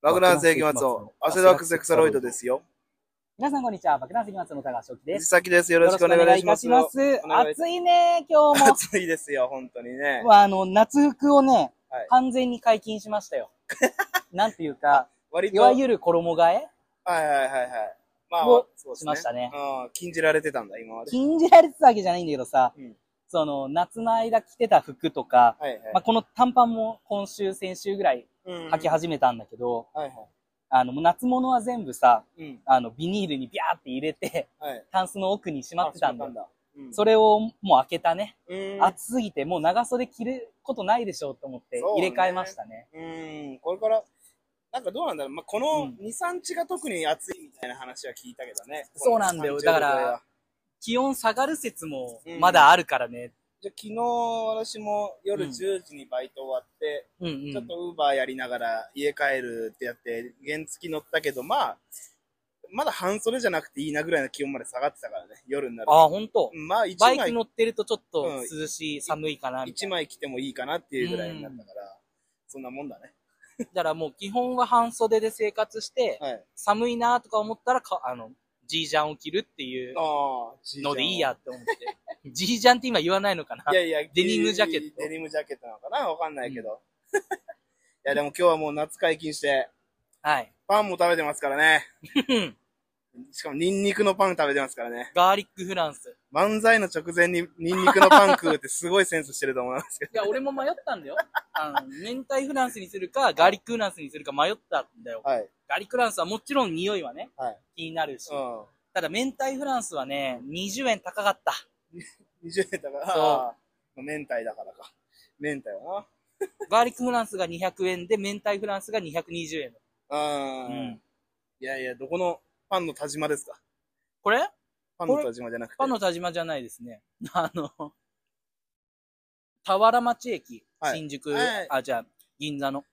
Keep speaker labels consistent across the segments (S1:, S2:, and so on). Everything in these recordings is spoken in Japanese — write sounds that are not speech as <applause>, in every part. S1: 爆弾世紀末を、汗だくセクサロイドですよ。
S2: 皆さんこんにちは。爆弾石松の田川翔樹で
S1: 藤
S2: す。
S1: 崎です。よろしくお願いします。
S2: よろしくお願いいたします。暑いね、今日も。
S1: 暑いですよ、本当にね。
S2: <laughs> あの、夏服をね、
S1: はい
S2: 完全に解禁しま
S1: <laughs>
S2: したよ。なんていうか、
S1: 割
S2: い
S1: と、
S2: わ
S1: はい
S2: ゆる衣替え
S1: はいはいはい。まあ
S2: を、
S1: そうですね。
S2: しましたね
S1: うん、禁じられてたんだ、今まで。
S2: 禁じられてたわけじゃないんだけどさ、
S1: うん
S2: その、夏の間着てた服とか、
S1: はいはい。
S2: まあ、この短パンも今週、先週ぐらい
S1: うん
S2: 履き始めたんだけど、
S1: はいは
S2: あの、もう夏物は全部さ、
S1: い。うん。
S2: あの、ビニールにビャーって入れて、
S1: はい。
S2: タンスの奥にしまってたんだ
S1: あ。しまっうん
S2: それをもう開けたね。
S1: うん
S2: 暑すぎて、もう長袖着ることないでしょうと思って
S1: そうね
S2: 入れ替えましたね。
S1: うん、これから、なんかどうなんだろう。まあ、こ
S2: う
S1: の
S2: ん
S1: 2、3日が特に暑いみたいな話は聞いたけどね。
S2: そうなんだよ
S1: この30度
S2: だから
S1: は
S2: 気温下がる説も
S1: うん
S2: まだあるからね。
S1: じゃあ昨日私も夜
S2: うん
S1: 10時にバイト終わって、
S2: うん
S1: ちょっとウーバーやりながら家帰るってやって原付乗ったけどまあまだ半袖じゃなくていいなぐらいの気温まで下がってたからね夜になると
S2: ああ、ほんと。
S1: まあ1
S2: バイク
S1: 枚
S2: 乗ってるとちょっと涼しい、寒いかなみた
S1: 一
S2: いな。
S1: 枚着てもいいかなっていうぐらいになったから、そんなもんだね
S2: だからもう基本は半袖で生活して、
S1: はい
S2: 寒いなとか思ったらか、あの、ジージャンを着るっていう
S1: ああ
S2: のでいいやって思って。ジージャンって今言わないのかない
S1: やいや
S2: デニムジャケット
S1: デニムジャケットなのかなわかんないけど、
S2: <laughs>
S1: いやでも今日はもう夏解禁して
S2: はい。
S1: パンも食べてますから
S2: <laughs>
S1: ねしかもニンニクのパン食べてますからね
S2: ガーリックフランス。
S1: 漫才の直前にニンニクのパン食うってすごいセンスしてると思いますけど。
S2: いや、俺も迷ったんだよ。あの、明太フランスにするか、ガーリックフランスにするか迷ったんだよ。
S1: はい。
S2: ガーリックフランスはもちろん匂いはね、
S1: はい。
S2: 気になるし。
S1: う
S2: ただ、明太フランスはね、20円高かった。
S1: ん。20円だから、
S2: そう
S1: あー明太だからか。明太は
S2: ガーリックフランスが200円で、明太フランスが220円。
S1: な。
S2: う
S1: うん。
S2: ん。
S1: いやいや、どこのパンの田島ですか
S2: これ
S1: パンの田島じゃなくて。
S2: パンの田島じゃないですね。 <laughs> あの、田原町駅、
S1: はい
S2: 新宿、
S1: はい
S2: あ、じゃあ、銀座の。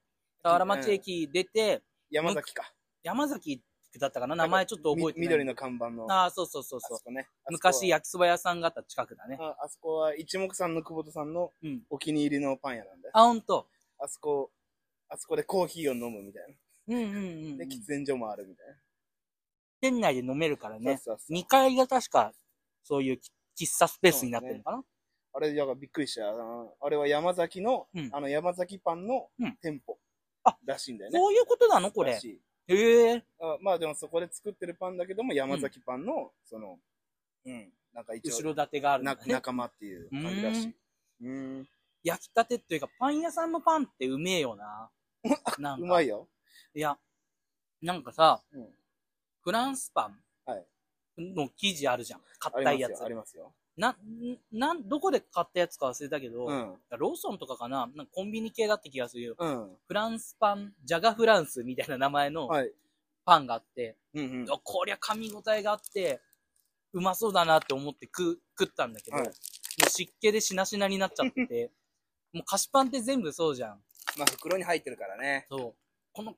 S2: 田原町駅出て、
S1: 山崎か。
S2: 山崎だったかな名前ちょっと覚えて
S1: み
S2: ない。
S1: 緑の看板の。あ
S2: ああ、そうそうそうそう
S1: そ。こね。あそこは
S2: 昔焼きそば屋さんがあった近くだね。
S1: うんあそこは一目散の久保田さんの
S2: うん。
S1: お気に入りのパン屋なんで。
S2: あ、ほんと。
S1: あそこ、あそこでコーヒーを飲むみたい
S2: うんうんうん、
S1: な。で、喫煙所もあるみたい
S2: 店内で飲めるから
S1: な。
S2: ね。
S1: そうそうそう
S2: 2階が確か、そういうき喫茶スペースになってるのかな、
S1: あれ、だからびっくりした。あのあれは山崎の、
S2: うん
S1: あの山崎パンの
S2: うん
S1: 店舗
S2: あ
S1: らしいんだよね。
S2: そういうことなのこ
S1: ら
S2: れ
S1: し。い
S2: へえ。
S1: あまあでもそこで作ってるパンだけども、山崎パンの、その、うん、なんか一
S2: 後
S1: 応、
S2: ろ盾があるんだ
S1: な
S2: ね。
S1: 仲間っていう感じらしい。うん。
S2: 焼きたてっていうか、パン屋さんのパンってうめえよ
S1: <laughs>
S2: な。なん
S1: う
S2: か。
S1: ま
S2: い。
S1: いよ。
S2: や、なんかさ、
S1: うん。
S2: フランスパ
S1: はい
S2: ンの生地あるじゃん。
S1: あり
S2: 買った
S1: ます
S2: や
S1: よ
S2: つ、。
S1: ありますよ。
S2: な、なん、どこで買ったやつか忘れたけど、
S1: うん。
S2: ローソンとかかななんかコンビニ系だった気がするよ。
S1: うん。
S2: フランスパン、ジャガフランスみたいな名前の
S1: はい。
S2: パンがあって、
S1: うんうん。
S2: あこりゃ噛み応えがあって、うまそうだなって思って食う食ったんだけど、
S1: はい
S2: もう湿気でしなしなになっちゃってて、 <laughs> もう菓子パンって全部そうじゃん。
S1: まあ袋に入ってるからね。
S2: そう。この、も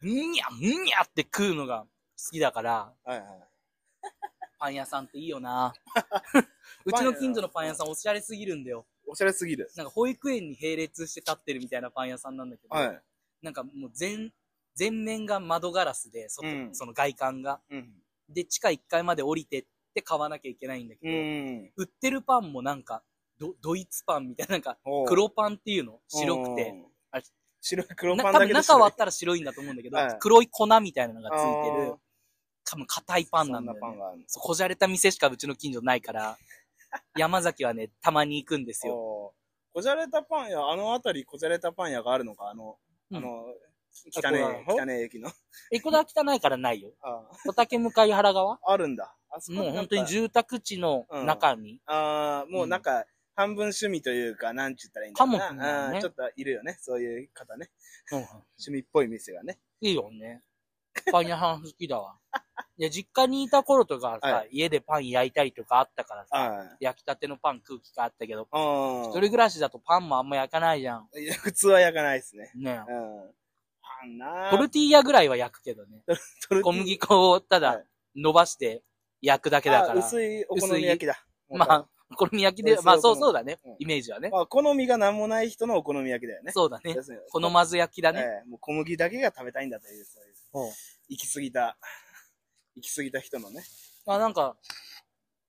S2: う、んにゃ、んにゃって食うのが好きだから、
S1: はいはい。
S2: パン屋さんっていいよな。 <laughs> うちの近所のパン屋さんおしゃれすぎるんだよ。
S1: おしゃれすぎる。
S2: なんか保育園に並列して立ってるみたいなパン屋さんなんだけど、
S1: はい。
S2: なんかもう全、全面が窓ガラスで、外
S1: うん
S2: その外観が。
S1: うん。
S2: で、地下1階まで降りてって買わなきゃいけないんだけ
S1: う
S2: ど、
S1: ん。
S2: 売ってるパンもなんか、ドドイツパンみたいな、なんか、
S1: おう
S2: 黒パンっていうの白くて。。
S1: う
S2: あ
S1: ん
S2: れ
S1: 白い黒
S2: な
S1: パン
S2: 多
S1: だ
S2: 分
S1: けど
S2: 中
S1: 白い
S2: 割ったら白いんだと思うんだけど、
S1: はい
S2: 黒い粉みたいなのがついて
S1: あー
S2: る、多分硬いパンなんだよ、
S1: そんなパン
S2: ね。
S1: があるんで
S2: そうこじゃれた店しかうちの近所な
S1: <laughs>
S2: いから、山崎はね、たまに行くんですすよ。
S1: よ。こじゃれたパン屋、あの辺りこじゃれたパン屋があるのか、あの、
S2: うん
S1: あの、
S2: あ
S1: 汚ねえ、
S2: ここ
S1: 汚
S2: な
S1: ねえ駅の。
S2: エコダ汚いからないよ。
S1: あ
S2: 小竹向かい原川
S1: あるんだ。あそこ
S2: もう本当
S1: な
S2: に
S1: んか
S2: 住宅地の中に、
S1: ああ、もうなんか、半分趣味というか、なんちゅったらいいんだろう
S2: かもしれ
S1: な。
S2: ないね
S1: うんちょっといるよね、そういう方ね。
S2: うん
S1: 趣味っぽい店がね。
S2: いいよね。パン屋さん好きだわ。いや、実家にいた頃とかさ、
S1: は
S2: 家でパン焼いたりとかあったからさ、
S1: あ
S2: 焼きたてのパン食う機会あったけど、
S1: あ。うん
S2: 一人暮らしだとパンもあんま焼かないじゃん。
S1: いや普通は焼かないですね。
S2: ね
S1: うん。パンな
S2: え。
S1: あ
S2: トルティーヤぐらいは焼くけどね。
S1: トルティ
S2: 小麦粉をた
S1: は
S2: だ
S1: い
S2: 伸ばして焼くだけだから。
S1: あ薄いお好み焼きだ。
S2: まあ、お好み焼き
S1: え
S2: で
S1: そ、う
S2: まあ
S1: そ
S2: そううそうだね
S1: うん。
S2: イメージはね。
S1: まあ、好みが何もない人のお好み焼きだよね。
S2: そうだね。
S1: 要するに
S2: 好まず焼きだね。
S1: ええもう小麦だけが食べたいんだという、そういう
S2: うん
S1: 行き過ぎた、行き過ぎた人のね。
S2: まあなんか、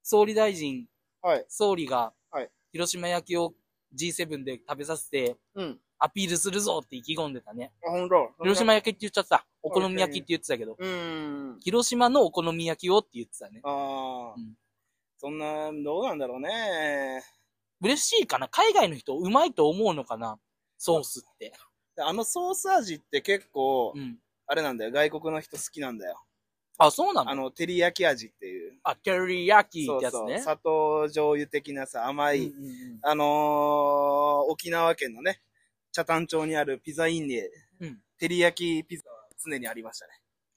S2: 総理大臣、
S1: はい。
S2: 総理が
S1: はい、
S2: 広島焼きを G7 で食べさせて、
S1: うん。
S2: アピールするぞって意気込んでたね。
S1: あ、ほんと。
S2: 広島焼きって言っちゃった。お好み焼きって言ってたけど、
S1: うーん。
S2: 広島のお好み焼きをって言ってたね。
S1: ああ、
S2: うん
S1: そんな、どうなんだろうね。
S2: 嬉しいかな海外の人、うまいと思うのかなソースって。
S1: あのソース味って結構、
S2: うん。
S1: あれなんだよ。外国の人好きなんだよ。
S2: あ、そうな
S1: あ
S2: の
S1: の、照り焼き味っていう。
S2: あ、テリヤキ
S1: そ
S2: っ
S1: う
S2: てやつ
S1: そう。
S2: ね。
S1: 砂糖醤油的なさ、甘い。
S2: うんうんうん
S1: あのー、沖縄県のね、北谷町にあるピザインで、
S2: うん
S1: 照り焼きピザは常にありましたね。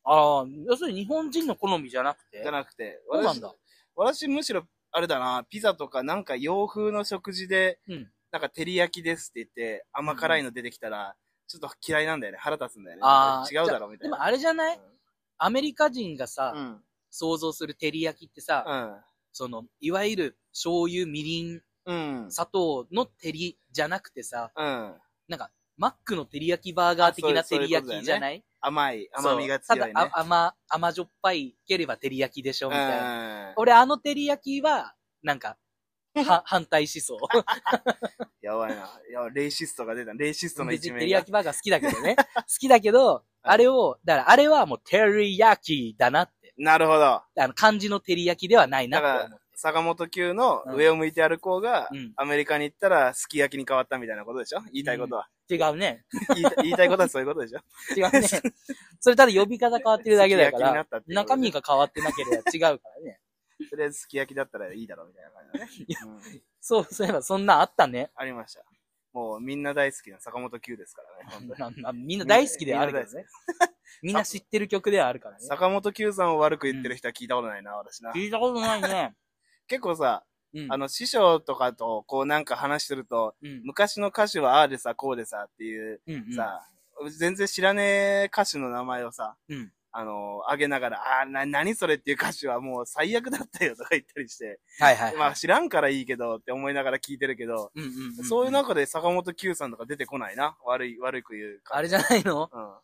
S2: ああ、要するに日本人の好みじゃなくて。
S1: じゃなくて、
S2: そうなんだ。
S1: 私、私むしろ、あれだな、ピザとかなんか洋風の食事で、
S2: うん
S1: なんか照り焼きですって言って、甘辛いの出てきたら、ちょっと嫌いなんだよね。腹立つんだよね。
S2: あー
S1: 違うだろ、みた
S2: で
S1: い
S2: も
S1: な。
S2: あれじゃないアメリカ人が
S1: う
S2: さ、
S1: ん。
S2: 想像する照り焼きってさ、その、いわゆる醤油、みりん、
S1: うん。うん。
S2: 砂糖の照りじゃなくてさ、
S1: うん。
S2: なんか、マックの照り焼きバーガー的な
S1: あそう
S2: 照
S1: いう
S2: り焼きじゃない
S1: 甘い、甘みが
S2: そ
S1: 強
S2: う
S1: いね。
S2: ただあ甘、甘じょっぱいければ照り焼きでしょみたいな。
S1: うん。
S2: 俺、あの照り焼きは、なんか、
S1: <laughs>
S2: は、反対思想。
S1: やばいな。いや、レイシストが出た。レイシストの
S2: 別
S1: 一
S2: に照
S1: 面
S2: り
S1: が
S2: 焼。きバーガー好きだけどね。好きだけど、あれを、だからあれはもう照り焼きだなって。
S1: なるほど。
S2: あの、漢字の照り焼きではないなって思って。
S1: 坂本九の上を向いて歩こうが、
S2: うん。
S1: アメリカに行ったらすき焼きに変わったみたいなことでしょ言いたいことは、
S2: 違うね。
S1: 言いた。言いたいことはそういうことでしょ
S2: 違うね。 <laughs> それただ呼び方変わってるだけだ
S1: す
S2: か
S1: き焼き <laughs> にな
S2: ら
S1: ったっ、ていうこと
S2: 中身が変わってなければ違うからね。
S1: とりあえずすき焼きだったらいいだろうみたいな感
S2: <laughs>
S1: じだね。うん
S2: そう、そういえばそんなんあったね。
S1: ありました。もうみんな大好きな坂本九ですからね本当に。
S2: ななみんな大好きではあるけどね。みんな知ってる曲ではあるからね。
S1: 坂本九さんを悪く言ってる人は聞いたことないな、私な。
S2: 聞いたことないね。
S1: 結構さ、
S2: うん。
S1: あの、師匠とかとこうなんか話してると、
S2: うん、
S1: 昔の歌手はああでさ、こうでさっていう
S2: うん、うん。
S1: さ、全然知らねえ歌手の名前をさ、
S2: うん
S1: あの、あげながら、あー、な、何それっていう歌手はもう最悪だったよとか言ったりして、
S2: はいはいはい。
S1: まあ知らんからいいけどって思いながら聞いてるけど、
S2: うんうんうん、
S1: そういう中で坂本九さんとか出てこないな。悪い、悪く言うか。
S2: あれじゃないの
S1: うん。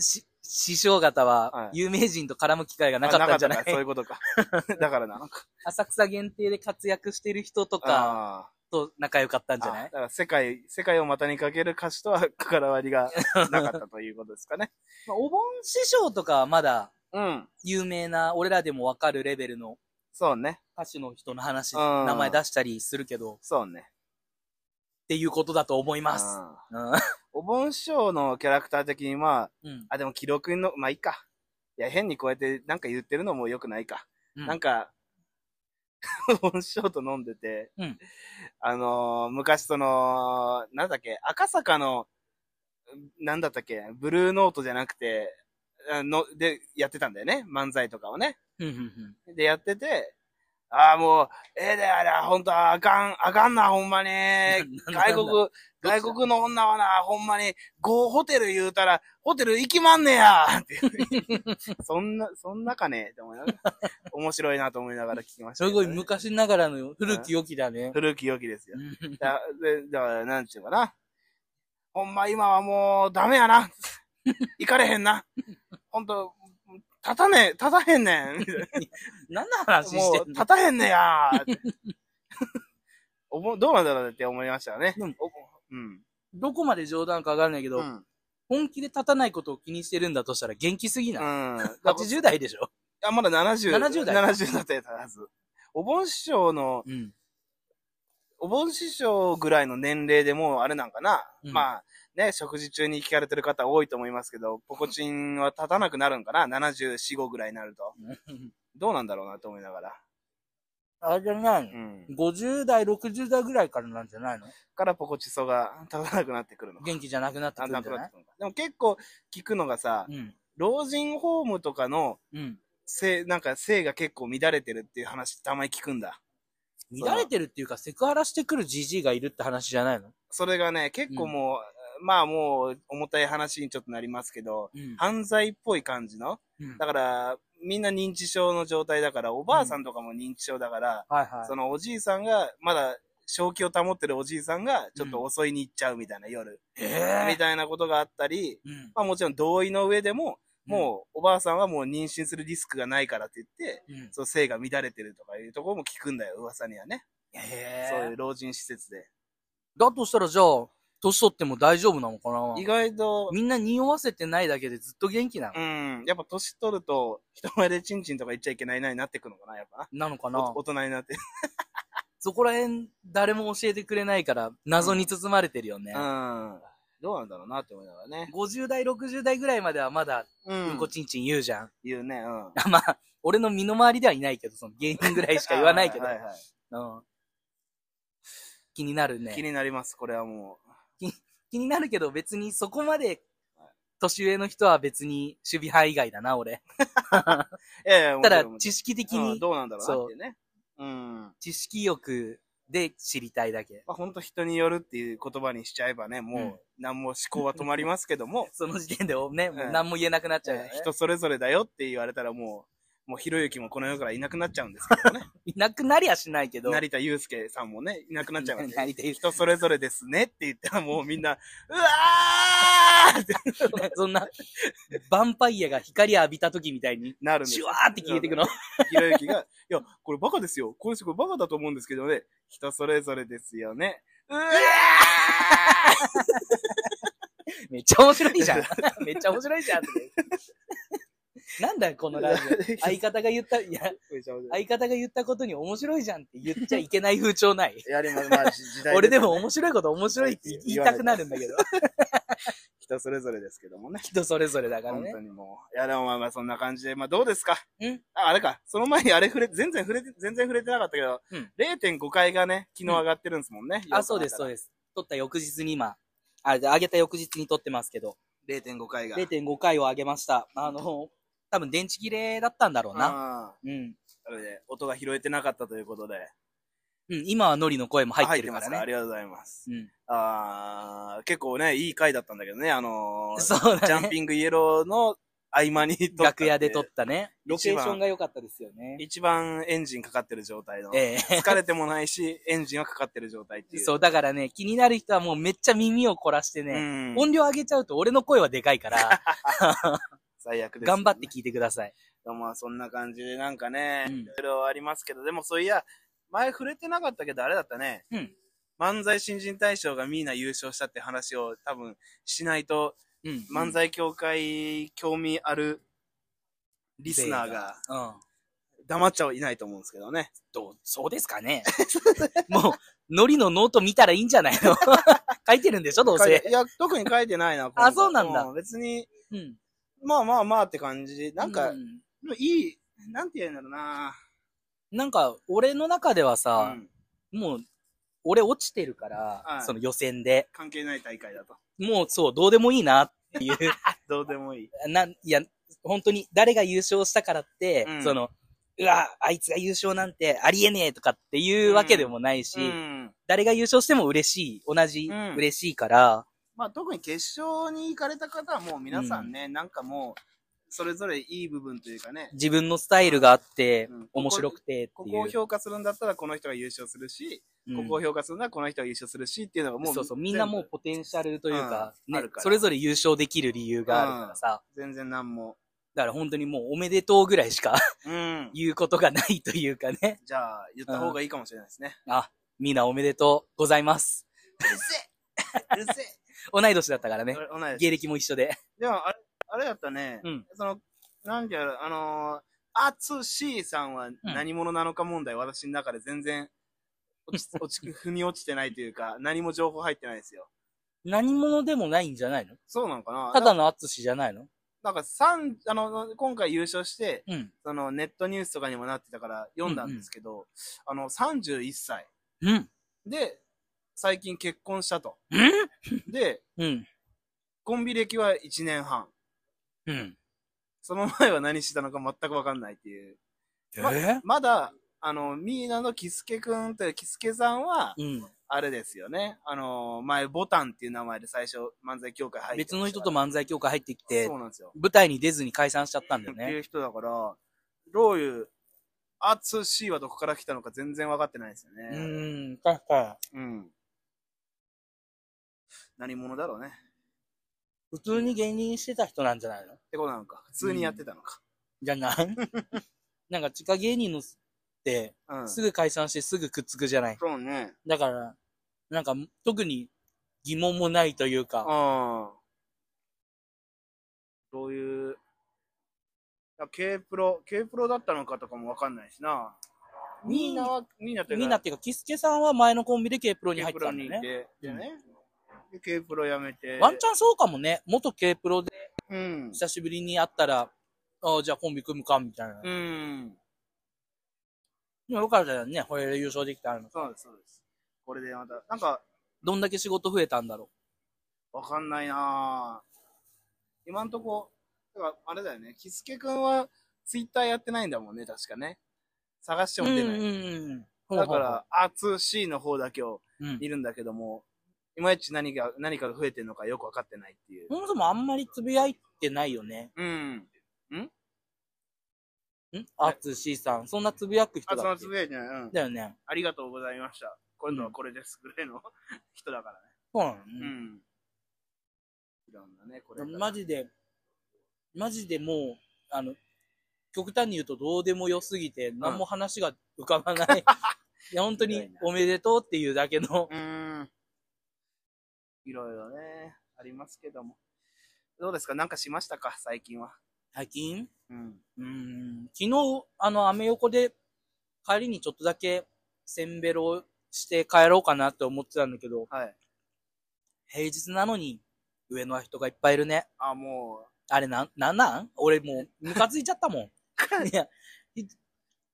S2: し、師匠方
S1: は
S2: は、
S1: い
S2: 有名人と絡む機会がなかったんじゃな
S1: あ
S2: い
S1: かそういうこと
S2: <laughs>
S1: か。だからな。
S2: 浅草限定で活躍してる人とか
S1: あ
S2: と仲良かったん
S1: ー
S2: じゃ
S1: あ
S2: な
S1: だ
S2: い
S1: から世界、世界を股にかける歌手とは関わり
S2: <laughs>
S1: がなかったということですかね。
S2: まあお盆師匠とかはまだ
S1: うん。
S2: 有名な、俺らでもわかるレベルの
S1: そうね。
S2: 歌手の人の話、
S1: うん
S2: 名前出したりするけど、っ
S1: そうね。
S2: ていうことだと思います。
S1: うん
S2: うん。
S1: お盆師匠のキャラクター的にまあ、
S2: うん
S1: あ、でも記録の、まあいいか。いや、変にこうやってなんか言ってるのも良くないか。
S2: うん
S1: なんか、 <laughs> 本師匠と飲んでて、
S2: うん
S1: あのー昔その、なんだっけ、赤坂の、なんだったっけ、ブルーノートじゃなくて、あの、で、やってたんだよね。漫才とかをね。
S2: うんうんうん
S1: で、やってて、ああ、もう、ええであれ、ほんと、あかん、あかんな、ほんまに。
S2: <laughs> なんだ
S1: 外国、外国の女はな、ほんまに、ゴーホテル言うたら、ホテル行きまんねやっていう
S2: <laughs>
S1: そんな、そんなかねって思いながら、面白いなと思いながら聞きました
S2: す
S1: けど
S2: ご
S1: ね、
S2: い昔ながらの古き良きだね。
S1: 古き良きですよ。
S2: うん
S1: だ、でだから、なんちゅうかな。ほんま今はもう、ダメやな。行かれへんな。ほんと、立たねえ、立たへんねん。みたいな
S2: 何の話し
S1: も
S2: て
S1: う、
S2: ん
S1: 立
S2: の
S1: たへんねや <laughs> ーって。おぼどうなんだろうって思いましたよね。
S2: でも
S1: うん。
S2: どこまで冗談かわからないけど、
S1: うん。
S2: 本気で立たないことを気にしてるんだとしたら元気すぎない、 <laughs>
S1: うん。
S2: ?80 代でしょ
S1: あ、まだ70。
S2: 70代
S1: 70だったやつはず。お盆師匠の、
S2: うん。
S1: お盆師匠ぐらいの年齢でもうあれなんかな。
S2: うん
S1: まあ、ね、食事中に聞かれてる方多いと思いますけど、ポコチンは立たなくなるんかな ?74、5ぐらいになると。どうなんだろうなと思いながら。
S2: <laughs> あれじゃないうの、
S1: ん。
S2: ?50 代、60代ぐらいからなんじゃないの
S1: からポコチソが立たなくなってくるのか。
S2: 元気じゃなくなって
S1: あ
S2: くる
S1: なん
S2: じ
S1: く
S2: ゃ
S1: なっ
S2: ない
S1: てくるのか。でも結構聞くのがさ、
S2: うん。
S1: 老人ホームとかの
S2: うん。
S1: 性、なんか性が結構乱れてるっていう話たまに聞くんだ。
S2: 乱れてるっていうか、セクハラしてくるじじいがいるって話じゃないの
S1: それがね、結構もう、まあもう重たい話にちょっとなりますけど、
S2: うん
S1: 犯罪っぽい感じの、
S2: うん
S1: だから、みんな認知症の状態だから、おばあさんとかも認知症だから、
S2: はいはい。
S1: そのおじいさんが、まだ、正気を保ってるおじいさんが、ちょっと襲いに行っちゃうみたいな、夜。み
S2: え
S1: たいなことがあったり、
S2: え
S1: まあもちろん同意の上でも、もうおばあさんはもう妊娠するリスクがないからって言って、
S2: うん。うん
S1: そう性が乱れてるとかいうところも聞くんだよ、噂にはね。
S2: え
S1: そうい
S2: え
S1: う老人施設で。
S2: だとしたらじゃあ、年取っても大丈夫なのかな
S1: 意外と、
S2: みんな匂わせてないだけでずっと元気な
S1: う
S2: の、
S1: ん、やっぱ年取ると、人前でチンチンとか言っちゃいけないなになってくのかな、やっぱ
S2: なのか
S1: な。
S2: な
S1: お大人になって。
S2: そこら辺、誰も教えてくれないから、謎に包まれてるよね
S1: う。ん。どうなんだろうなって思いながらね。
S2: 50代、60代ぐらいまではまだ、
S1: う
S2: うん
S1: ん
S2: こ。ちんちん言うじゃん。 <laughs>
S1: 言うね、うん。
S2: まあ、俺の身の回りではいないけど、その芸人ぐらいしか言わないけど
S1: <laughs> は。は
S2: うん。気になるね。
S1: 気になります、これはもう。
S2: 気になるけど別にそこまで年上の人は別に守備範囲外だな、俺。
S1: ええ、も
S2: た
S1: ちろ
S2: だ
S1: んも、ち
S2: 知識的
S1: ろんうん
S2: に、
S1: どうなんだろうなっていうね。うん。
S2: 知識欲で知りたいだけ。
S1: まあ、本当人によるっていう言葉にしちゃえばね、も
S2: う、
S1: うん何も思考は止まりますけど
S2: <laughs>
S1: も、
S2: その時点でね、もう
S1: うん
S2: 何も言えなくなっちゃうよ
S1: え
S2: ね
S1: ー人それぞれだよって言われたらもう、もうひろゆきもこの世からいなくなっちゃうんですけどね。
S2: いなくなりゃしないけど。
S1: 成田祐介さんもね、いなくなっちゃいますね。
S2: 成田祐介
S1: 人それぞれですねって言ったらもうみんな、うわーって
S2: <laughs> そんな、ヴァンパイアが光浴びた時みた
S1: <laughs>
S2: いに、
S1: なるんです
S2: シュ
S1: よ
S2: ワ。ーって消えてくの。
S1: ひろゆきが、いや、これバカですよ。これすごいバカだと思うんですけどね。人それぞれですよね。うわー
S2: <laughs> めっちゃ面白いじゃん。めっちゃ面白いじゃんって。なんだよ、このラジオ。相方が言った、いや、相方が言ったことに面白いじゃんって言っちゃいけない風潮ない。
S1: やります、まあ、時代
S2: 俺でも面白いこと面白いって言いたくなるんだけど。
S1: 人それぞれですけどもね。
S2: 人それぞれだから
S1: 本
S2: ね
S1: 当。にもう。いや、でもまあまあそんな感じで、まあどうですか
S2: うん
S1: あ、あれか。その前にあれ触れ、全然触れて、全然触れてなかったけど、
S2: うん
S1: 0.5回がね、昨日上がってるんですもんね。
S2: あ、そうです、そう
S1: で
S2: です。撮った翌日に今、あ、で上げた翌日に撮ってますけど、
S1: す。0.5回が。
S2: 0.5回を上げました。あの、多分電池切れだったんだろうな。
S1: な。
S2: うん。
S1: それで、音が拾えてなかったということで。
S2: うん、今はノリの声も入ってる
S1: あ
S2: か
S1: ます
S2: ら
S1: あ
S2: ね。
S1: りがとうございます。
S2: うん。
S1: あー、結構ね、いい回だったんだけどね、あのー、
S2: そう
S1: ジ
S2: だ
S1: ャン
S2: ね。
S1: ピングイエローの合間に撮ったって
S2: 楽屋で撮ったね。ロケーションが良かったですよね。
S1: 一番エンジンかかってる状態の。
S2: ええ。
S1: 疲れてもないし、エンジンはかかってる状態っていう。
S2: そう、だからね、気になる人はもうめっちゃ耳を凝らして
S1: う
S2: ね、
S1: ん。
S2: 音量上げちゃうと俺の声はでか
S1: <laughs>
S2: いから、
S1: 最悪です、
S2: 頑張って。聞いてください。
S1: まあそんな感じでなんかね、
S2: うん
S1: いろいろありますけど、でもそういや、前触れてなかったけどあれだったね。
S2: うん
S1: 漫才新人大賞がみんな優勝したって話を多分しないと、
S2: うん。
S1: 漫才協会興味あるリスナーが
S2: うん。
S1: 黙っちゃいないと思うんですけどね。
S2: どう、そうですかね <laughs> もう、ノリのノート見たらいいんじゃないの <laughs> 書いてるんでしょどう
S1: 書い
S2: せ
S1: て。いや、特に書いてないな。今回
S2: そうなんだ
S1: う別に、
S2: うん。
S1: まあまあまあって感じ。なんか、
S2: う
S1: でもいい、なんて言うんだろうな。
S2: なんか、俺の中ではさ
S1: う、ん
S2: もう、俺落ちてるから、
S1: はい
S2: その予選で。
S1: 関係ない大会だと。
S2: もう、そう、どうでもいいなっていう。
S1: どうでもいい。
S2: な、いや、本当に、誰が優勝したからって、
S1: うん
S2: その、うわ、あいつが優勝なんてありえねえとかっていうわけでもないし、
S1: うん
S2: 誰が優勝しても嬉しい、同じ、
S1: うん
S2: 嬉しいから、
S1: まあ、特に決勝に行かれた方はもう皆さんね、なんかもう、それぞれいい部分というかね、
S2: 自分のスタイルがあって、
S1: うん
S2: 面白くてっていう。
S1: ここを評価するんだったらこの人が優勝するし、
S2: うん
S1: ここを評価するんだらこの人が優勝するしっていうのがもう、
S2: そうそう、みんなもうポテンシャルというか、
S1: うん
S2: ね
S1: あるから
S2: それぞれ優勝できる理由があるからさ、
S1: 全然なんも。
S2: だから本当にもうおめでとうぐらいしか
S1: うん。
S2: 言うことがないというかね、
S1: じゃあ、言った方がいいかもしれないですね。
S2: あ、みんなおめでとうございます。
S1: <laughs> うるせえうるせえ
S2: 同い年だったからね、
S1: 俺同いです。
S2: 芸歴も一緒で。
S1: でも、あれ、あれだったね、
S2: うん
S1: その、なんていうのあのー、あつしさんは何者なのか問題、私の中で全然落ち、 <laughs> 落ち、踏み落ちてないというか、何も情報入ってないですよ。
S2: 何者でもないんじゃないの
S1: そうなのかな
S2: ただのアツシじゃないの
S1: なんか三、あの、今回優勝して、
S2: うん。
S1: そのネットニュースとかにもなってたから読んだんですけど、あの、31歳。
S2: うん。
S1: で、最近結婚したと。
S2: うん
S1: で、
S2: うん。
S1: コンビ歴は1年半。
S2: うん。
S1: その前は何してたのか全くわかんないっていう。
S2: え
S1: ままだ、あの、ミーナのキスケくんというキスケさんは、
S2: うん。
S1: あれですよね。あの、前、ボタンっていう名前で最初漫才協会入って
S2: 別の人と
S1: っ
S2: 漫才協会入ってきて
S1: そう、なんですよ。
S2: 舞台に出ずに解散しちゃったんだよ
S1: ってい
S2: ね。
S1: う人だから、どういう、アーツ C はどこから来たのか全然分かってないですよ
S2: う
S1: ね。
S2: ん、確か
S1: うん。何者だろうね。っ
S2: に。普通に芸人してた人なんじゃないの
S1: てことなのか。普通にやってたのか。
S2: じ
S1: <laughs>
S2: ゃないなんか地下芸人のって、
S1: うん。
S2: すぐ解散してすぐくっつくじゃない。
S1: そうね。
S2: だから、なんか特に疑問もないというか、
S1: ああ。どういう、あ K プロ、K プロだったのかとかもわかんないしな。ニーナは、ニーナというか
S2: みんなっていうか、キスケさんは前のコンビで K プロに
S1: K
S2: 入っ
S1: プ
S2: て
S1: ロ
S2: たん
S1: にい
S2: だよね。
S1: て、でね。で、K プロ辞めて。
S2: ワンチャンそうかもね。元 K プロで
S1: うん。
S2: 久しぶりに会ったら、ああ、じゃあコンビ組むか、みたい
S1: う
S2: な。
S1: ん。
S2: でもよかったよね。これで優勝できたの。
S1: そうです、そうです。これでまた、なんか、
S2: どんだけ仕事増えたんだろ
S1: わかんないなぁ。今んとこ、だからあれだよね。キスケくんは、ツイッターやってないんだもんね、確かね。探して
S2: う。
S1: も出ない。
S2: うんうんうん。
S1: だから、アーツ C の方だけを
S2: うん、
S1: いるんだけども、いまいち何が、何かが増えてるのかよくわかってないっていう。
S2: そもそもあんまりつぶやいてないよね。
S1: うん。
S2: んあつしさん。そんなつぶやく
S1: あ、
S2: 人
S1: そ
S2: だ
S1: の
S2: っけ
S1: つぶやいてない。うん。
S2: だよね。
S1: ありがとうございました。今度はこれです。ぐらいの <laughs> 人だからね。
S2: そうなの、
S1: う
S2: ね
S1: ん。いろんなね、これから。
S2: マジで、マジでもう、あの、極端に言うとどうでもよすぎて、何も話が浮か
S1: <laughs>
S2: ばない。いや、本当
S1: ひど
S2: に
S1: いな
S2: おめでとうっていうだけの。
S1: うーん。いろいろね、ありますけども。どうですかなんかしましたか最近は。
S2: 最近
S1: うん。
S2: うん、昨日、あの、アメ横で帰りにちょっとだけせんべろして帰ろうかなって思ってたんだけど、
S1: はい。
S2: 平日なのに上の人がいっぱいいるね。
S1: あ、も
S2: あれなん、なんなん俺もう、ムカついちゃっ
S1: <laughs>
S2: たもん。いや、ひ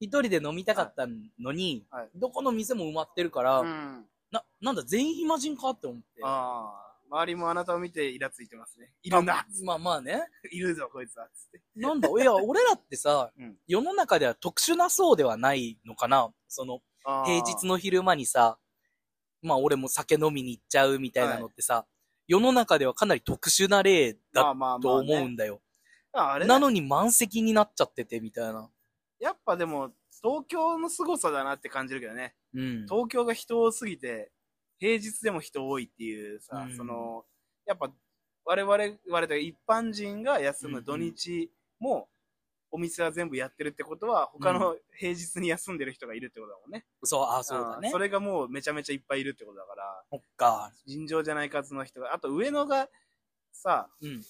S2: 一人で飲みたかったのに、
S1: はい
S2: どこの店も埋まってるから、
S1: う。うん。
S2: な、なんだ、全員暇人かって思って。
S1: ああ。周りもあなたを見てイラついてますね。いるな。
S2: まあまあね。
S1: いるぞ、こいつは。つって。
S2: なんだ、いや、俺らってさ、
S1: うん
S2: 世の中では特殊な層ではないのかな。その、
S1: あー
S2: 平日の昼間にさ、まあ俺も酒飲みに行っちゃうみたいなのってさ、世の中ではかなり特殊な例
S1: ま
S2: だ
S1: あまあま
S2: と
S1: あ、
S2: 思う
S1: ね。
S2: んだよ。
S1: ああれ
S2: な
S1: だ
S2: のに満席になっちゃっててみたいな。
S1: やっぱでも、東京の凄さだなって感じるけどね。
S2: うん。
S1: 東京が人多すぎて、平日でも人多いっていうさ、
S2: うん
S1: その、やっぱ、我々、我々というか一般人が休
S2: うんう
S1: む
S2: ん
S1: 土日も、お店は全部やってるってことは、他の平日に休んでる人がいるってことだもんね。
S2: そう、あ、そうだ
S1: ん
S2: ね
S1: そ。れがもうめちゃめちゃいっぱいいるってことだから、
S2: そっか。
S1: 尋常じゃない数の人が、あと上野が、さ、
S2: うん。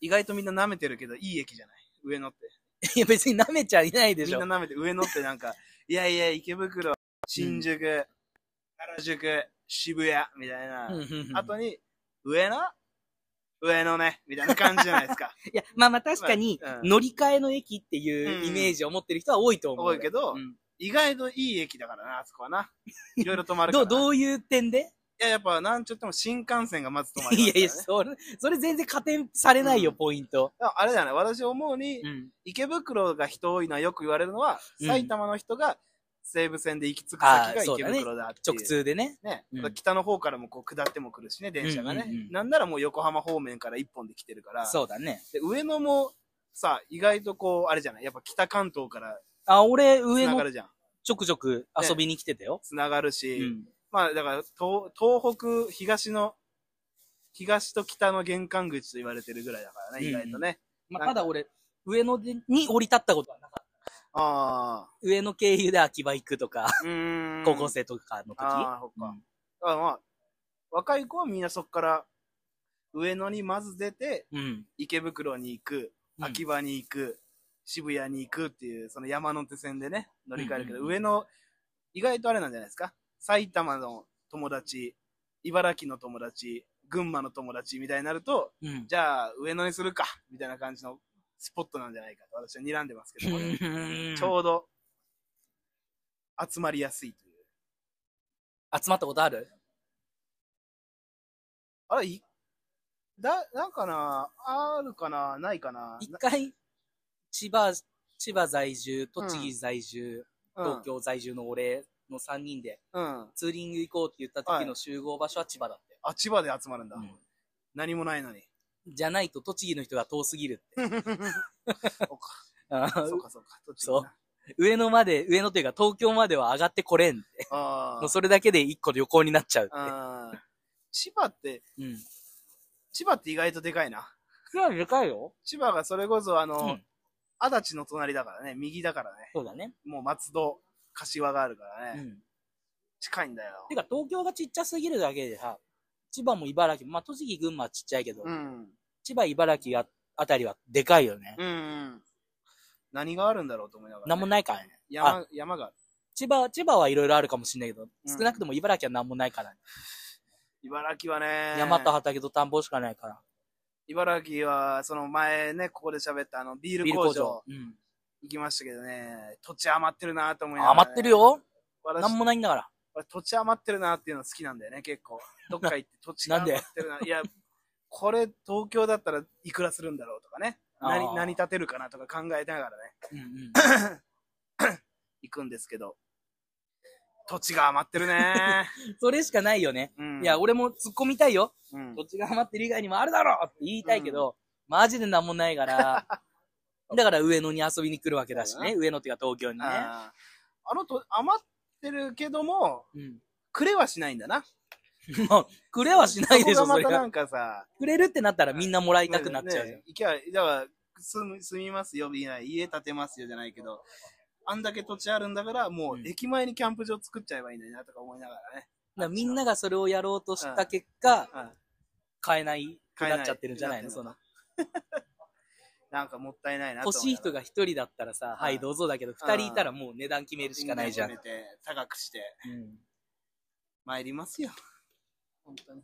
S1: 意外とみんな舐めてるけど、いい駅じゃない上野って。
S2: いや、別に舐めちゃいないでし
S1: み
S2: ょ。
S1: んな舐めて、上野ってなん
S2: <laughs>
S1: か、いやいや、池袋、新宿、原宿、渋谷、みたいな。
S2: うんうんうん
S1: あとに、上野上野ね、みたいな感じじゃないです
S2: <laughs>
S1: か。
S2: いや、まあまあ確かに
S1: まあ、うん
S2: 乗り換えの駅って
S1: うん
S2: いうイメージを持ってる人は多いと思う。
S1: 多いけど
S2: うん
S1: 意外といい駅だからな、あそこはな。いろいろ止まるから
S2: どう、
S1: な。
S2: ど
S1: いう
S2: いう点で
S1: や、やっぱ、なんちゅっても新幹線がまず止まる、
S2: いやいや、それ、それ全然加点されないよ、
S1: うん
S2: ポイント。
S1: ああれだね、私思うに、
S2: うん。
S1: 池袋が人多いのはよく言われるのは、
S2: うん
S1: 埼玉の人が西武線で行き着く
S2: あ
S1: 先
S2: ー
S1: が
S2: そう
S1: 池
S2: だね
S1: 袋だっていう。
S2: 直通でね。
S1: ね、
S2: うん
S1: 北の方からもこう下っても来るしね、電車がね。
S2: うんうんうん
S1: なんならもう横浜方面から一本で来てるから。
S2: そうだね。
S1: で、上野もさ、意外とこう、あれじゃないやっぱ北関東から
S2: あ、俺、上
S1: 繋が
S2: の
S1: るじゃん。
S2: ちょくちょく遊びに来てたよ。
S1: 繋がる
S2: う
S1: し、
S2: ん。
S1: まあだから東、東北、東の、東と北の玄関口と言われてるぐらいだからね、
S2: うん
S1: 意外とね。
S2: ま
S1: なんか
S2: あ、ただ俺、上野でに降り立ったことはなかった。
S1: ああ、
S2: 上野経由で秋葉行くとか、
S1: うーん。
S2: 高校生とかの時。
S1: ああ、そっか。あまあ、若い子はみんなそっから、上野にまず出て、
S2: うん。うん
S1: 池袋に行く、
S2: うん
S1: 秋葉に行く、渋谷に行くっていう、その山手線でね、乗り換えるけど、
S2: うんうん
S1: 上の、意外とあれなんじゃないですか埼玉の友達、茨城の友達、群馬の友達みたいになると、
S2: うん。
S1: じゃあ上野にするか、みたいな感じのスポットなんじゃないかと私は睨んでますけど、ね、ちょうど、集まりやすいという。
S2: 集まったことある
S1: あれ、いだ、なんかな、あるかな、ないかな。
S2: 一回、千葉、千葉在住、栃木在住、
S1: うん
S2: 東京在住の俺の3人で
S1: うん。
S2: ツーリング行こうって言った時の集合場所は千葉だったよ。
S1: あ、千葉で集まるんだ。
S2: うん <laughs>
S1: 何もないのに。
S2: じゃないと栃木の人が遠すぎるって。
S1: そうか
S2: うん
S1: そうかそうか。栃木な
S2: そう。上野まで、上野というか東京までは上がってこれんって。
S1: あ
S2: もう
S1: ー
S2: それだけで一個旅行になっちゃうっ
S1: あー。千葉って、
S2: て。うん。
S1: 千葉って意外とでかいな。
S2: それはでかいよ。
S1: 千葉がそれこそあ
S2: う
S1: の
S2: ん、
S1: 足立の隣だからね、右だからね。
S2: そうだね。
S1: もう松戸、柏があるか
S2: う
S1: らね。
S2: ん。
S1: 近いんだよ。
S2: てか東京がちっちゃすぎるだけでさ、千葉も茨城も、まあ栃木群馬はちっちゃいけど、
S1: うん。
S2: 千葉茨城ああたりはでかいよね。
S1: うんうん。何があるんだろうと思いながら、ね。
S2: なんもないからね。
S1: 山、山がある。
S2: 千葉、千葉はいろいろあるかもしれないけど、
S1: うん
S2: 少なくとも茨城はなんもないから、
S1: 茨城はね。
S2: 山と畑と田んぼしかないから。
S1: 茨城は、その前ね、ここで喋ったあの、ビール
S2: ビール
S1: 工
S2: 工
S1: 場
S2: 場。うん。
S1: 行きましたけどね、土地余ってるなと思いながら、ね。
S2: 余ってるよ。
S1: 私
S2: なんもないんだから。
S1: 俺土地余ってるなっていうの好きなんだよね、結構。どっか行って土地が
S2: なんで
S1: 余ってるな。いや、これ東京だったらいくらするんだろうとかね。
S2: あ
S1: 何、
S2: ー
S1: 何建てるかなとか考えながらね、
S2: <laughs> うんうん。
S1: 行くんですけど。土地が余ってる
S2: <laughs>
S1: ね。
S2: それしかないよね。
S1: うん、
S2: いや、、俺も突っ込みたいよ。
S1: うん、
S2: 土地が余ってる以外にもあるだろうって言いたいけど、マジでなんもな
S1: <laughs>
S2: いから。だから上野に遊びに来るわけだし
S1: そうだ
S2: ね。上野っていうか東京にね。
S1: あーあのと、余ってるけども、
S2: うん。
S1: くれはしないんだな。
S2: もう、くれはしないでし
S1: そこが
S2: ょ、そ
S1: ま
S2: れ
S1: たな
S2: が。
S1: んかさ、
S2: くれるってなったらみんなもらいたくなっちゃうじゃん。
S1: ねいきゃ、だから、住む住みますよ、みんな。家建てますよ、じゃないけど。あんだけ土地あるんだから、もう
S2: うん
S1: 駅前にキャンプ場作っちゃえばいいのになとか思いながらね。
S2: だからみんながそれをやろうとした結果、
S1: うん
S2: 買えないく
S1: 買えない
S2: なっちゃってるんじゃないの
S1: なって
S2: そ
S1: る
S2: の、
S1: なんかもったいないなと
S2: 欲
S1: 思
S2: しい人
S1: が
S2: が一人だったらさ、はい、どうぞだけど、二人いたらもう値段決めるしかないじゃん。
S1: 決めて、高くして、
S2: うん
S1: 参りますよ。本当に。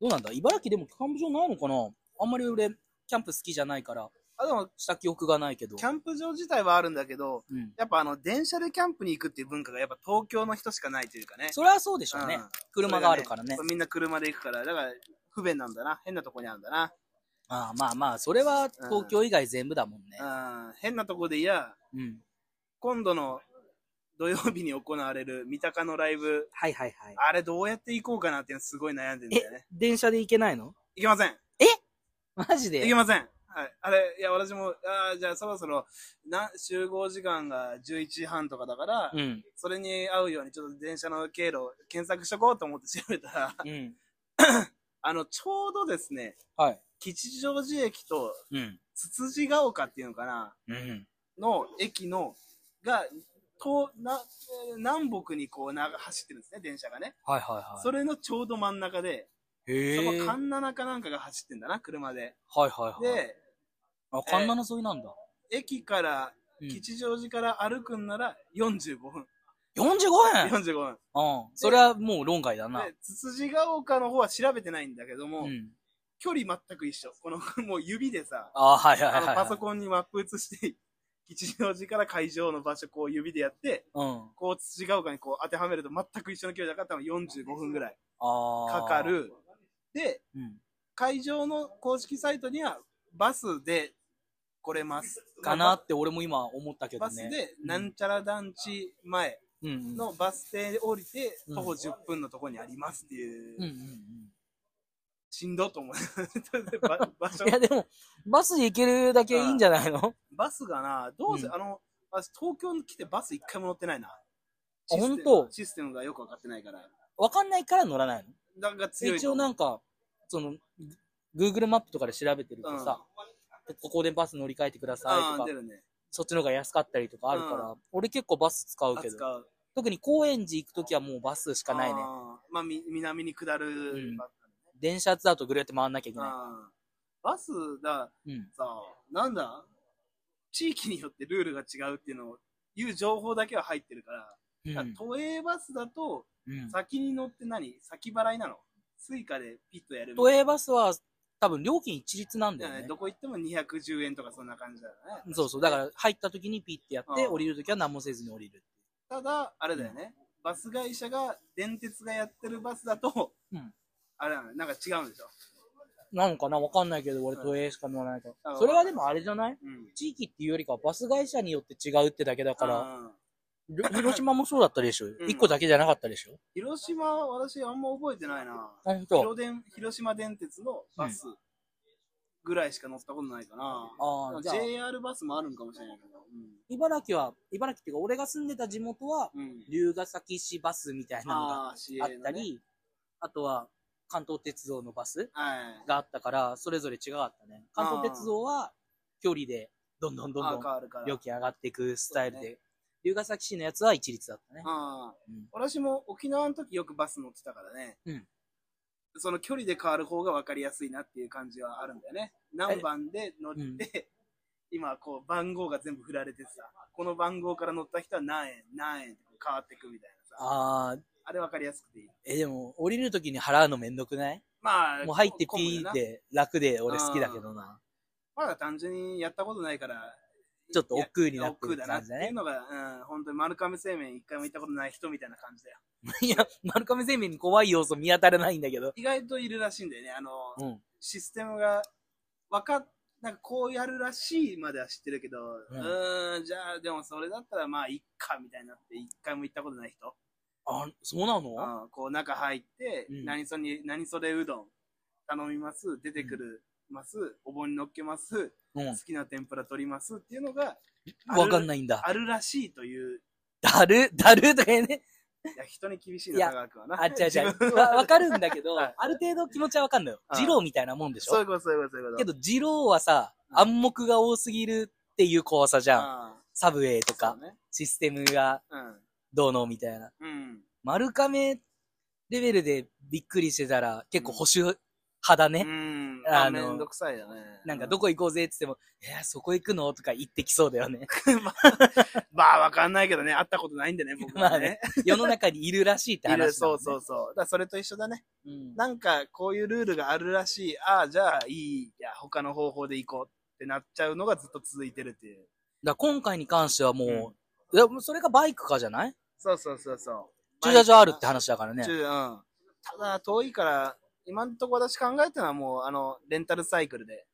S2: どうなんだ茨城でもキャンプ場ないのかなあんまり俺、キャンプ好きじゃないから、
S1: あ、でも、
S2: した記憶がないけど。
S1: キャンプ場自体はあるんだけど、
S2: うん。
S1: やっぱあの、電車でキャンプに行くっていう文化がやっぱ東京の人しかないというかね。
S2: それはそうでしょうね
S1: うん。
S2: 車があるからね
S1: それが。みんな車で行くから、だから不便なんだな。変なとこにあるんだな。
S2: ああまあまあ、それは東京以外全部だもんね。
S1: うん。変なとこでいや、
S2: うん。
S1: 今度の土曜日に行われる三鷹のライブ、
S2: はいはいはい。
S1: あれどうやって行こうかなっていうのすごい悩んでるんだよね。
S2: 電車で行けないの
S1: 行けません
S2: マジ
S1: 行
S2: で
S1: けませんはい。あれ、いや、私も、あーじゃあそろそろ、な、集合時間が11時半とかだから、
S2: うん。
S1: それに合うようにちょっと電車の経路を検索しとこうと思って調べたら、 <laughs>
S2: うん。
S1: あの、ちょうどですね、
S2: はい。
S1: 吉祥寺駅と
S2: うん。
S1: つつじが丘っていうのかな、
S2: うん。
S1: の駅の、が、東、な、南北にこう、な、走ってるんですね、電車がね。
S2: はいはいは
S1: それのちょうど真ん中で、
S2: い。へ
S1: そ
S2: え。
S1: こ、カンナナかなんかが走ってんだな、車で。
S2: はいはいはい。
S1: で、
S2: あ、カンナの沿いなんだ。
S1: 駅から、
S2: うん
S1: 吉祥寺から歩くんなら45分。
S2: 45円
S1: 45分。
S2: うん。それはもう論外だな。
S1: で、つつじが丘の方は調べてないんだけども、
S2: うん。
S1: 距離全く一緒。この、 <laughs> もう指でさ、
S2: ああ、はいはいは
S1: あ
S2: い
S1: の、
S2: はい。
S1: パソコンにマップ映して、吉祥寺から会場の場所こう指でやって、
S2: うん。
S1: こう、つつじが丘にこう当てはめると全く一緒の距離だから多分45分ぐらい
S2: ああ。
S1: かか。る。で、
S2: うん。
S1: 会場の公式サイトには、バスで来れます。
S2: かなって俺も今思ったけど
S1: バス
S2: ね。
S1: で、なんちゃら団地前
S2: うんうん。
S1: のバス停で降りて、
S2: うん
S1: 徒歩10分のとこにありますっていう、
S2: うんうんうん。
S1: しんどっと思う。 <laughs> ば場所
S2: いや、でも、バスで行けるだけいいんじゃないの
S1: バスがな、どうせ、
S2: うん
S1: あの、私東京に来てバス一回も乗ってないな。
S2: あほんと
S1: システムがよくわかってないから。
S2: わかんないから乗らない
S1: なんか
S2: の
S1: 強い
S2: 一
S1: と
S2: 応
S1: 思う。
S2: なんか、その、Google マップとかで調べてるとさ、ここでバス乗り換えてください
S1: うん、
S2: と
S1: 出
S2: か、
S1: るね。
S2: そっちの方が安かったりとかあるから、俺結構バス使うけど、
S1: 扱う。
S2: 特に高円寺行くときはもうバスしかないね
S1: あ。ー。まあ、み南に下る
S2: ん
S1: ばっか
S2: 電車だとぐるやって回んなきゃい
S1: り
S2: け
S1: ね、
S2: な
S1: あーバスだ、
S2: い。うん。
S1: さなんだ地域によってルールが違うっていうのを、いう情報だけは入ってるから、
S2: うん
S1: だから都営バスだと、
S2: うん
S1: 先に乗って何先払いなのスイカでピッとやるみ
S2: 都
S1: たい
S2: 営バスは多分料金一律なんだ
S1: な
S2: よね
S1: ど。こ行っても210円とかそんな感じだよね。
S2: そうそう。だから入った時にピッてやって、
S1: うん
S2: 降りる時は何もせずに降りる。
S1: ただ、あれだよね。バス会社が、電鉄がやってるバスだと、
S2: うん
S1: あれなのなんか違うんでしょ
S2: なのかなわかんないけど、俺
S1: うん
S2: 都営しか乗らないか
S1: あ
S2: ら。それはでもあれじゃない
S1: うん。
S2: 地域っていうよりかはバス会社によって違うってだけだから、
S1: うん
S2: りょ広島もそうだったでしょ
S1: ん
S2: 一個だけじゃなかったでしょ
S1: 広島、私あんま覚えてないな。
S2: ほんと。
S1: 広電広島電鉄のバスぐらいしか乗ったことないかな。
S2: ああ、じゃあ、
S1: JR バスもあるんかもしれないけど。
S2: 茨城は、茨城っていうか、俺が住んでた地元は、
S1: うん。うん、
S2: 龍ヶ崎市バスみたいなのが
S1: ああ、CA
S2: あ
S1: の
S2: っ
S1: ね
S2: た。り、あとは関東鉄道のバス
S1: はい。
S2: があったから、それぞれ違かったね。関東鉄道は距離でどんどんどん
S1: あ
S2: どん
S1: 変わるから。
S2: 料金上がっていくスタイル
S1: そう
S2: で、龍ヶ崎市のやつは一律だったね。
S1: ああ、
S2: うん
S1: 私も沖縄の時よくバス乗ってたからね。
S2: うん
S1: その距離で変わる方が分かりやすいなっていう感じはあるんだよね。何番で乗って、
S2: うん
S1: 今こう番号が全部振られてさ、この番号から乗った人は何円、何円って変わってくみたいなさ。あ
S2: ああ、
S1: れ分かりやすくていい。
S2: え、でも降りるときに払うのめんどくない
S1: まあ、
S2: もう入って
S1: 混むよ
S2: ピ
S1: な
S2: ー。で楽で俺好きだけどな。
S1: まだ単純にやったことないから、
S2: ちょっと億劫になって
S1: 億劫
S2: る
S1: だな
S2: 感
S1: っ
S2: じ
S1: て
S2: だ
S1: い
S2: ね
S1: う。
S2: <laughs>
S1: のが、うん、本当に丸亀製麺一回も行ったことない人みたいな感じだよ。
S2: いや、丸亀製麺に怖い要素見当たらないんだけど。
S1: 意外といるらしいんだよね。あの、
S2: うん。
S1: システムが分かっなんかこうやるらしいまでは知ってるけど、う
S2: うん
S1: ーん、じゃあでもそれだったらまあいっかみたいになって、一回も行ったことない人。
S2: あ、そうなの
S1: うん、こう中入って、
S2: うん
S1: 何それ、何それうどん頼みます、出てくるます、お盆に乗っけます、
S2: うん
S1: 好。きな天ぷら取りますっていうのが
S2: わかんないんだ。
S1: あるらしいという、
S2: だる、 <laughs> だるとか言うね。
S1: いや人に厳しい
S2: い
S1: な、
S2: や
S1: 長くはな。
S2: あ、違う違
S1: 自分
S2: う。わ、わかるんだけど、
S1: はい
S2: ある程度気持ちはわかんのよ。
S1: うん
S2: 二郎みたいなもんでし
S1: そうい
S2: ょ
S1: うこと、そういうこと、そういうこと。
S2: け
S1: ど、
S2: ど、二郎はさ、暗黙が多すぎるっていう怖さじゃん。
S1: あ
S2: サブウェイとか、
S1: ね。
S2: システムが
S1: うん。
S2: どうのみたいな。
S1: うん。
S2: 丸亀レベルでびっくりしてたら、結構保守派だね。
S1: うん。
S2: あ
S1: あ、
S2: の
S1: めんどくさいよね。
S2: なんかどこ行こうぜって言っても、えー、そこ行くのとか言ってきそうだよね。
S1: まあ、わかんないけどね、会ったことないんでね、僕
S2: まあ
S1: は
S2: ね
S1: ね。
S2: 世の中にいるらしいって
S1: い
S2: 話だもん
S1: る
S2: ね。
S1: そうそうそう。だからそれと一緒だね。
S2: うん。
S1: なんか、こういうルールがあるらしい。ああ、じゃあ、いい。いや、他の方法で行こうってなっちゃうのがずっと続いてるっていう。
S2: だから今回に関してはもう、いやもうそれがバイクかじゃない
S1: そうそうそうそう。
S2: 駐車場あるって話だからね。
S1: 中うん。ただ、遠いから、今んとこ私考えてるのはもう、あの、レンタルサイクルで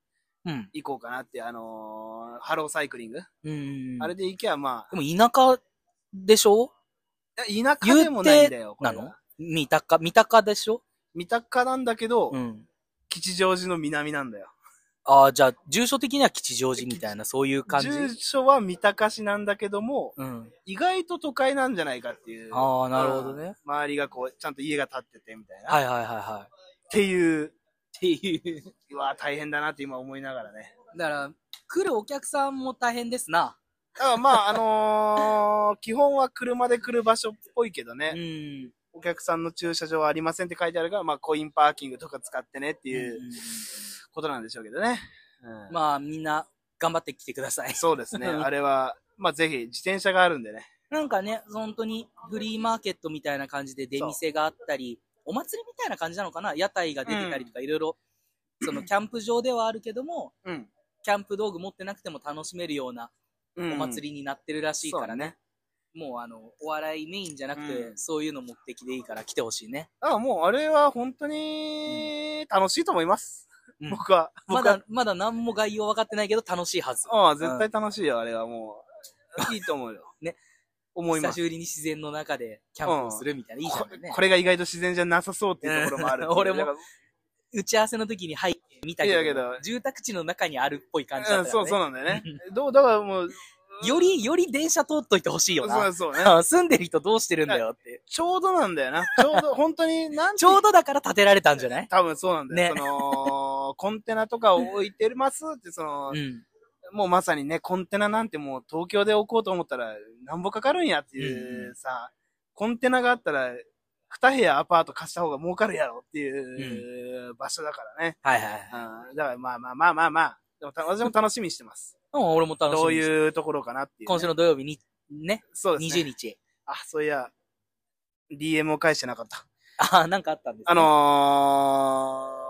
S2: うん。
S1: 行こうかなって、あのーハローサイクリング、
S2: うん。
S1: あれで行けばま
S2: でも田舎でしょ
S1: あ、いや田舎でもないんだよ、これ
S2: な
S1: が
S2: の三鷹、三鷹でしょ
S1: 三鷹なんだけど、
S2: うん。
S1: 吉祥寺の南なんだよ。
S2: ああ、じゃあ、住所的には吉祥寺みたいな、そういう感じ。
S1: 住所は三鷹市なんだけども、
S2: うん。
S1: 意外と都会なんじゃないかっていう。
S2: ああ、なるほどね。
S1: 周りがこう、ちゃんと家が建っててみたいな。。
S2: はいいはいはいは
S1: っていう、
S2: い。っていう。
S1: うわー大変だなって今思いながらね。
S2: だから、来るお客さんも大変ですな。
S1: だからまあ、あのー <laughs> 基本は車で来る場所っぽいけどね
S2: う、ん。
S1: お客さんの駐車場はありませんって書いてあるから、まあ、コインパーキングとか使ってねっていううんことなんでしょうけどね。うん
S2: まあ、みんな、頑張ってきてください。 <laughs>
S1: そうですね。あれは、まあ、ぜひ、自転車があるんでね。
S2: なんかね、本当にフリーマーケットみたいな感じで出店があったり、お祭りみたいな感じなのかな屋台が出てたりとか、いろいろ、そのキャンプ場ではあるけども、
S1: うん。
S2: キャンプ道具持ってなくても楽しめるような
S1: う
S2: お
S1: ん、
S2: 祭りになってるらしいからね。
S1: ね。
S2: もうあの、お笑いメインじゃなくて、
S1: うん
S2: そういうの目的でいいから来てほしいね。
S1: あもうあれは本当に楽しいと思います。
S2: うん
S1: 僕は。
S2: ま
S1: 僕は
S2: だ、まだ何も概要分かってないけど楽しいはず。
S1: ああ、絶対楽しいよ、あれはもう。いいと思うよ。
S2: ね。
S1: 思いま
S2: 久
S1: す。
S2: しぶりに自然の中でキャンプをするみたいな、いいじゃ
S1: こ
S2: んね。
S1: これが意外と自然じゃなさそうっていうところもあるっていう。
S2: うん俺も
S1: だか
S2: 打ち合わせの時に入ってみた
S1: いや
S2: け
S1: け
S2: ど
S1: ど、
S2: 住宅地の中にあるっぽい感じ
S1: ら
S2: だ
S1: う
S2: っ
S1: ん、
S2: たか
S1: そう、
S2: らね。
S1: そうなんだよね。どう、だからもう、
S2: より、より電車通っといてほしいよ
S1: そ
S2: な。
S1: うそうね。
S2: 住んでる人どうしてるんだよって。
S1: ちょうどなんだよな。ちょうど、本当に、なんて
S2: ちょうどだから建てられたんじゃない
S1: 多分そうなんだよ。
S2: ね
S1: その、 <laughs> コンテナとかを置いてますって、その、
S2: うん。
S1: もうまさにね、コンテナなんてもう東京で置こうと思ったらなんぼかかるんやって
S2: うん
S1: いううさ、コンテナがあったら2部屋アパート貸した方が儲かるやろっていう場所だからね。
S2: はいはい。
S1: うん、だからまあまあまあまあまあ、でもた私も楽しみにしてます。
S2: うん、俺も楽しみに
S1: どう
S2: してる
S1: いうところかなっていう、
S2: 今週の土曜日に、ね、
S1: そうです
S2: 20
S1: ね。
S2: 日。
S1: あ、そういや、DM を返してなかった。
S2: ああ、なんかあったんですね
S1: あのー、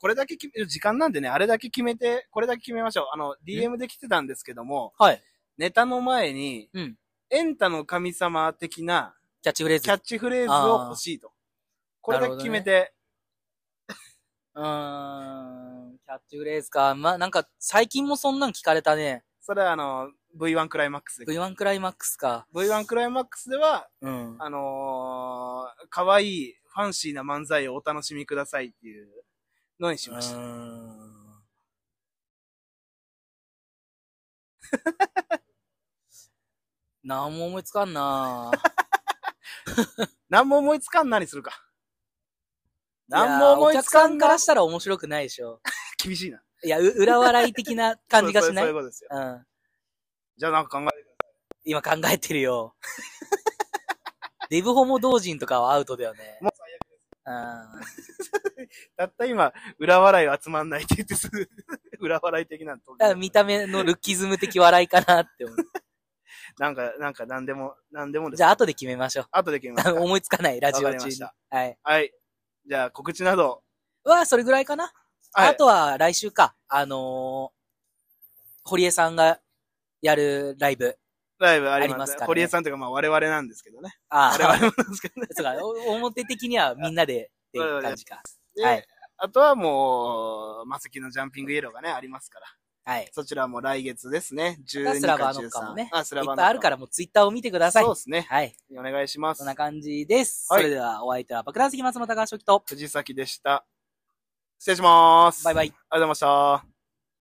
S1: これだけ決め、時間なんでね、あれだけ決めて、これだけ決めましょう。あの、DM で来てたんですけども、
S2: はい。
S1: ネタの前に、
S2: うん。
S1: エンタの神様的な
S2: キャッチフレーズ。
S1: キャッチフレーズを欲しいと。これだけ決めて、
S2: うーん、キャッチフレーズか。まあ、なんか、最近もそんなん聞かれたね。
S1: それはあの、V1 クライマックスで。
S2: V1 クライマックスか。
S1: V1 クライマックスでは、
S2: うん。
S1: あのー、可愛いファンシーな漫才をお楽しみくださいっていうのにしました。
S2: うーん <laughs> なんも思いつかんな <laughs>
S1: 何も思いつかん何するか。何
S2: ん
S1: も思いつか
S2: お客さ
S1: ん
S2: んか
S1: からら
S2: したら面白くないでしょ。
S1: 厳しいな。
S2: いや、う裏笑い的な感じがしない。
S1: そううそうそういうことですよ。
S2: ん。
S1: じゃあなんか考え、
S2: 今考えてるよ。 <laughs> デブホモ同人とかはアウトだよね。
S1: もう
S2: う
S1: たった今、裏笑いはつまんないって言ってすぐ、 <laughs> 裏笑い的なの撮る
S2: ん。見た目のルッキズム的笑いかなって思う。
S1: なんか、なんか何でも、何でもです。
S2: じゃあ後で決めましょう。
S1: 後で決めます
S2: <laughs> 思いつかない、ラジオ
S1: わかり
S2: 中
S1: ま
S2: に
S1: した。
S2: はい。
S1: はい。じゃあ告知など。
S2: は、それぐらいかな。
S1: はい、
S2: あとは来週か。あのー、堀江さんがやるライブ。
S1: ライブあり
S2: あり
S1: ま
S2: ますすからね
S1: 堀江さんというか、まあ我々なんですけどね。
S2: あ
S1: 我々
S2: あ、
S1: もなんですけどね。
S2: <laughs> そうか、お表的にはみんなでっていう感
S1: <laughs>
S2: じか。
S1: で
S2: はい
S1: あとはもう、マセキのジャンピングイエローがね、ありますから。
S2: はい。
S1: そちらも来月ですね。12
S2: ま
S1: か
S2: た
S1: 13。
S2: スラバーノッカーもね
S1: あ、ス
S2: い
S1: ラ
S2: っ
S1: バー。
S2: ぱいあるかららもうツイッターを見てください
S1: そう。ですね。
S2: はい。
S1: お願いします
S2: そん。な感じです。
S1: はい
S2: それではお相手は爆弾好き松本高橋樹と、
S1: 藤崎でした。失礼します。
S2: バイ
S1: イ。
S2: バ
S1: あ
S2: イ。
S1: りがとうございました。